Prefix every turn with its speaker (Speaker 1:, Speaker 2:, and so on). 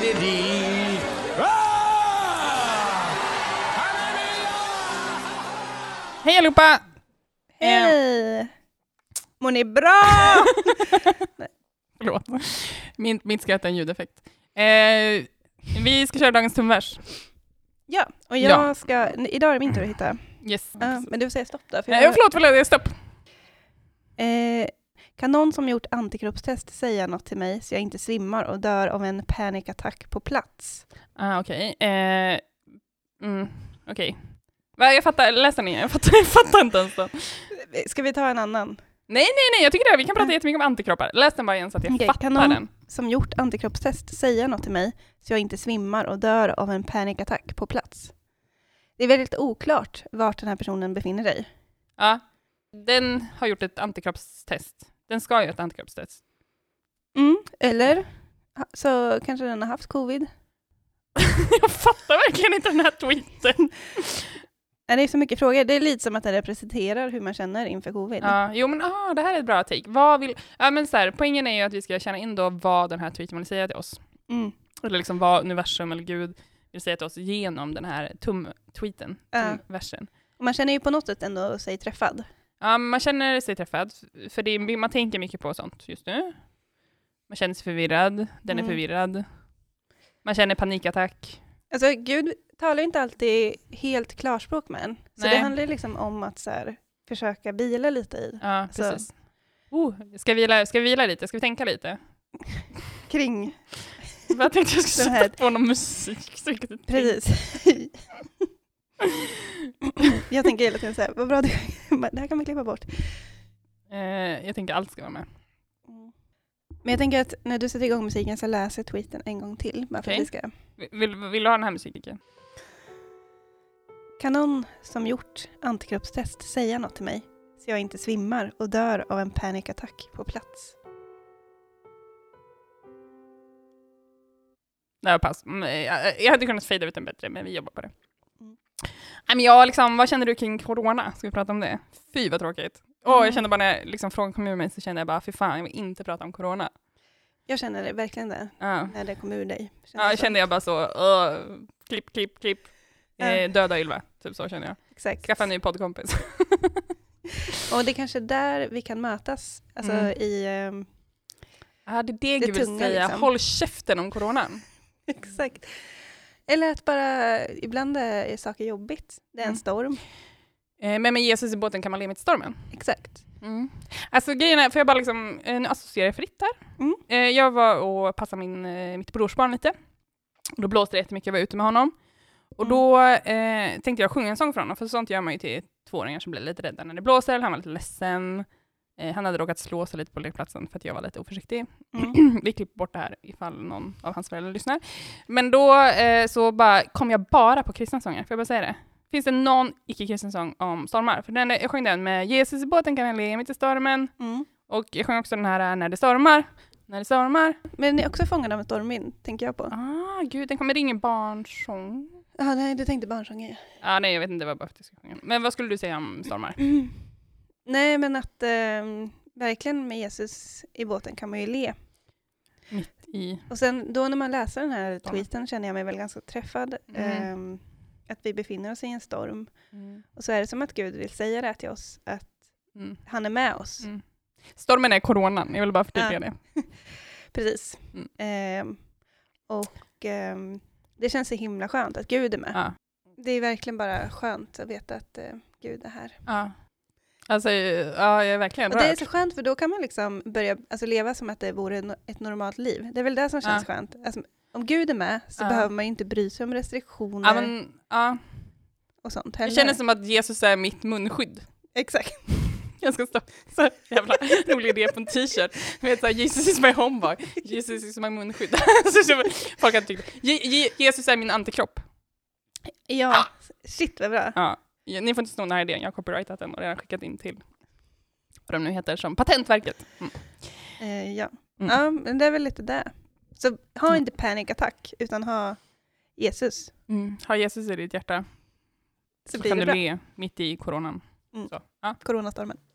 Speaker 1: Di-di-di-di-di-di-di. Ah!
Speaker 2: Hej allihopa!
Speaker 3: Hej! Eh, Mår ni bra?
Speaker 2: Förlåt. Min, mitt skratt är en ljudeffekt. Eh, vi ska köra dagens tumvers.
Speaker 3: ja, och jag
Speaker 2: Ja.
Speaker 3: ska... n- Idag är det min tur att hitta.
Speaker 2: Yes.
Speaker 3: Ja, men du säger stopp där. För
Speaker 2: Eh,
Speaker 3: Ah, jag,
Speaker 2: förlåt, förlåt, stopp.
Speaker 3: eh, kan någon som gjort antikroppstest säga något till mig så jag inte svimmar och dör av en panikattack på plats?
Speaker 2: Ah, Okej. Eh, mm, Okej. Va, Jag fattar, läs den igen. Jag fattar, jag fattar inte ens den.
Speaker 3: Ska vi ta en annan?
Speaker 2: Nej, nej, jag tycker det. här- Vi kan prata jättemycket om antikroppar. Läs den bara igen så att jag
Speaker 3: Ah. Okej,
Speaker 2: fattar
Speaker 3: kanon.
Speaker 2: den.
Speaker 3: Som gjort antikroppstest säga något till mig så jag inte svimmar och dör av en panikattack på plats? Det är väldigt oklart vart den här personen befinner sig.
Speaker 2: Ja. Den har gjort ett antikroppstest. Den ska göra ett antikroppstest.
Speaker 3: Mm, eller ha- så kanske den har haft covid.
Speaker 2: jag fattar verkligen inte den här tweeten.
Speaker 3: Nej, det är så mycket frågor. Det är lite som att den representerar hur man känner inför covid.
Speaker 2: Ja, jo men ah, det här är ett bra take. Vad vill, ja, men så här, poängen är ju att vi ska känna in då vad den här tweeten vill säga till oss.
Speaker 3: Mm.
Speaker 2: Eller liksom vad universum eller Gud vill säga till oss genom den här tum-tweeten,
Speaker 3: Ja.
Speaker 2: tumversen.
Speaker 3: Och man känner ju på något sätt ändå sig träffad.
Speaker 2: Ja, men man känner sig träffad, för det, är- man tänker mycket på sånt just nu. Man känner sig förvirrad, den
Speaker 3: Mm.
Speaker 2: är förvirrad. Man känner panikattack.
Speaker 3: Alltså Gud talar ju inte alltid helt klarspråk med en. Så
Speaker 2: Nej.
Speaker 3: det handlar ju liksom om att så här, försöka bila lite i
Speaker 2: Ja,
Speaker 3: Så.
Speaker 2: precis. Oh, ska, vi vila, ska vi vila lite? Ska vi tänka lite?
Speaker 3: kring.
Speaker 2: Jag tänkte jag skulle
Speaker 3: Den här-
Speaker 2: sätta på någon musik. så jag kunde tänka.
Speaker 3: Precis. jag tänker hela tiden så här, vad bra du Det här kan man klippa bort.
Speaker 2: Eh, jag tänker allt ska vara med.
Speaker 3: Mm. Men jag tänker att när du sätter igång musiken så läser jag tweeten en gång till. Bara för
Speaker 2: Okej.
Speaker 3: att vi ska
Speaker 2: Vill, vill du ha den här musiken?
Speaker 3: Kan någon som gjort antikroppstest säga något till mig så jag inte svimmar och dör av en panikattack på plats?
Speaker 2: Nej, pass. Mm, eh, Jag, jag hade kunnat fejda ut den bättre, men vi jobbar på det.
Speaker 3: Mm.
Speaker 2: Nej, men jag liksom, vad känner du kring corona? Ska vi prata om det? Fy vad tråkigt. Åh,
Speaker 3: Mm.
Speaker 2: jag kände bara när jag- liksom, frågan kom ur mig så kände jag bara, fy fan, jag vill inte prata om corona.
Speaker 3: Jag känner det verkligen det,
Speaker 2: Ja,
Speaker 3: när det kom ur dig.
Speaker 2: ja jag
Speaker 3: så.
Speaker 2: kände jag bara så, uh, klipp, klipp, klipp.
Speaker 3: Ja.
Speaker 2: Eh, döda Ylva, typ så känner jag.
Speaker 3: Exakt.
Speaker 2: Skaffa en ny poddkompis.
Speaker 3: Och det är kanske där vi kan mötas, alltså
Speaker 2: Mm.
Speaker 3: i... ehm,
Speaker 2: Ja, det är det,
Speaker 3: Det
Speaker 2: Gud vill
Speaker 3: tunga,
Speaker 2: säga.
Speaker 3: liksom.
Speaker 2: Håll käften om coronan.
Speaker 3: exakt. Eller att bara, ibland är saker jobbigt. Det är en
Speaker 2: Mm.
Speaker 3: storm.
Speaker 2: Eh, men med Jesus i båten kan man le mitt i stormen.
Speaker 3: Exakt.
Speaker 2: Mm. Alltså grejen är, får jag bara liksom, eh, nu associerar jag fritt här.
Speaker 3: Mm.
Speaker 2: Eh, jag var och passade min, eh, mitt brorsbarn lite. Och Då blåste det jättemycket, jag var ute med honom. Och då eh, tänkte jag sjunga en sång för honom, för sånt gör man ju till tvååringar som blir lite rädda när det blåser. Han var lite ledsen. Eh, han hade råkat slå sig lite på lekplatsen för att jag var lite oförsiktig.
Speaker 3: Mm.
Speaker 2: Vi klipper bort det här ifall någon av hans föräldrar lyssnar. Men då eh, så bara kom jag bara på kristna sånger, får jag bara säga det? Finns det någon icke-kristen sång om stormar? För den, jag sjöng den med Jesus i båten kan han le mitt i stormen.
Speaker 3: Mm.
Speaker 2: Och jag sjöng också den här eh, När det stormar, när det stormar.
Speaker 3: Men ni är också fångad av en stormvind, tänker jag på.
Speaker 2: Ah, gud, den kommer det är ingen barnsång.
Speaker 3: Ja, nej, du tänkte barnsånger.
Speaker 2: Ah, nej, jag vet inte, det var bara för att jag skulle sjunga. Men vad skulle du säga om stormar?
Speaker 3: Mm. Nej, men att ehm, verkligen med Jesus i båten kan man ju le.
Speaker 2: I,
Speaker 3: Och sen då när man läser den här
Speaker 2: Stormen.
Speaker 3: tweeten känner jag mig väl ganska träffad.
Speaker 2: Mm.
Speaker 3: ehm, att vi befinner oss i en storm. Och så är det som att Gud vill säga det här till oss, att
Speaker 2: mm.
Speaker 3: han är med oss.
Speaker 2: Mm. Stormen är coronan, jag vill bara förtydliga det.
Speaker 3: Precis.
Speaker 2: Mm.
Speaker 3: Ehm, och ehm, det känns så himla skönt att Gud är med.
Speaker 2: Ja.
Speaker 3: Det är verkligen bara skönt att veta att eh, Gud är här.
Speaker 2: Ja. Alltså, ja, jag är verkligen
Speaker 3: Och det är
Speaker 2: rörd.
Speaker 3: så skönt för då kan man liksom börja alltså, leva som att det vore no- ett normalt liv. Det är väl det som känns skönt. Alltså, om Gud är med så
Speaker 2: Ja.
Speaker 3: behöver man ju inte bry sig om restriktioner
Speaker 2: Ja, men, ja.
Speaker 3: och sånt
Speaker 2: Jag
Speaker 3: heller.
Speaker 2: känner som att Jesus är mitt munskydd.
Speaker 3: Exakt.
Speaker 2: Jag ska stå så här, jävla rolig idé på en t-shirt. Du vet såhär, Jesus is my homeboy, Jesus is my munskydd. så, så, folk hade tyckt, "Je- Je- Jesus är min antikropp. ah.
Speaker 3: Ja, shit vad bra.
Speaker 2: Ja. Ja, Ni får inte sno den här idén, jag har copyrightat den och redan skickat in till vad de nu heter, som Patentverket. Mm.
Speaker 3: Eh, ja.
Speaker 2: Mm.
Speaker 3: ja, men det är väl lite det. Så ha inte panikattack, utan ha Jesus.
Speaker 2: Ha Mm. Jesus i ditt hjärta,
Speaker 3: Så
Speaker 2: så
Speaker 3: blir
Speaker 2: kan
Speaker 3: det
Speaker 2: du
Speaker 3: bra.
Speaker 2: le mitt i coronan.
Speaker 3: Mm.
Speaker 2: Så. Ja.
Speaker 3: Coronastormen.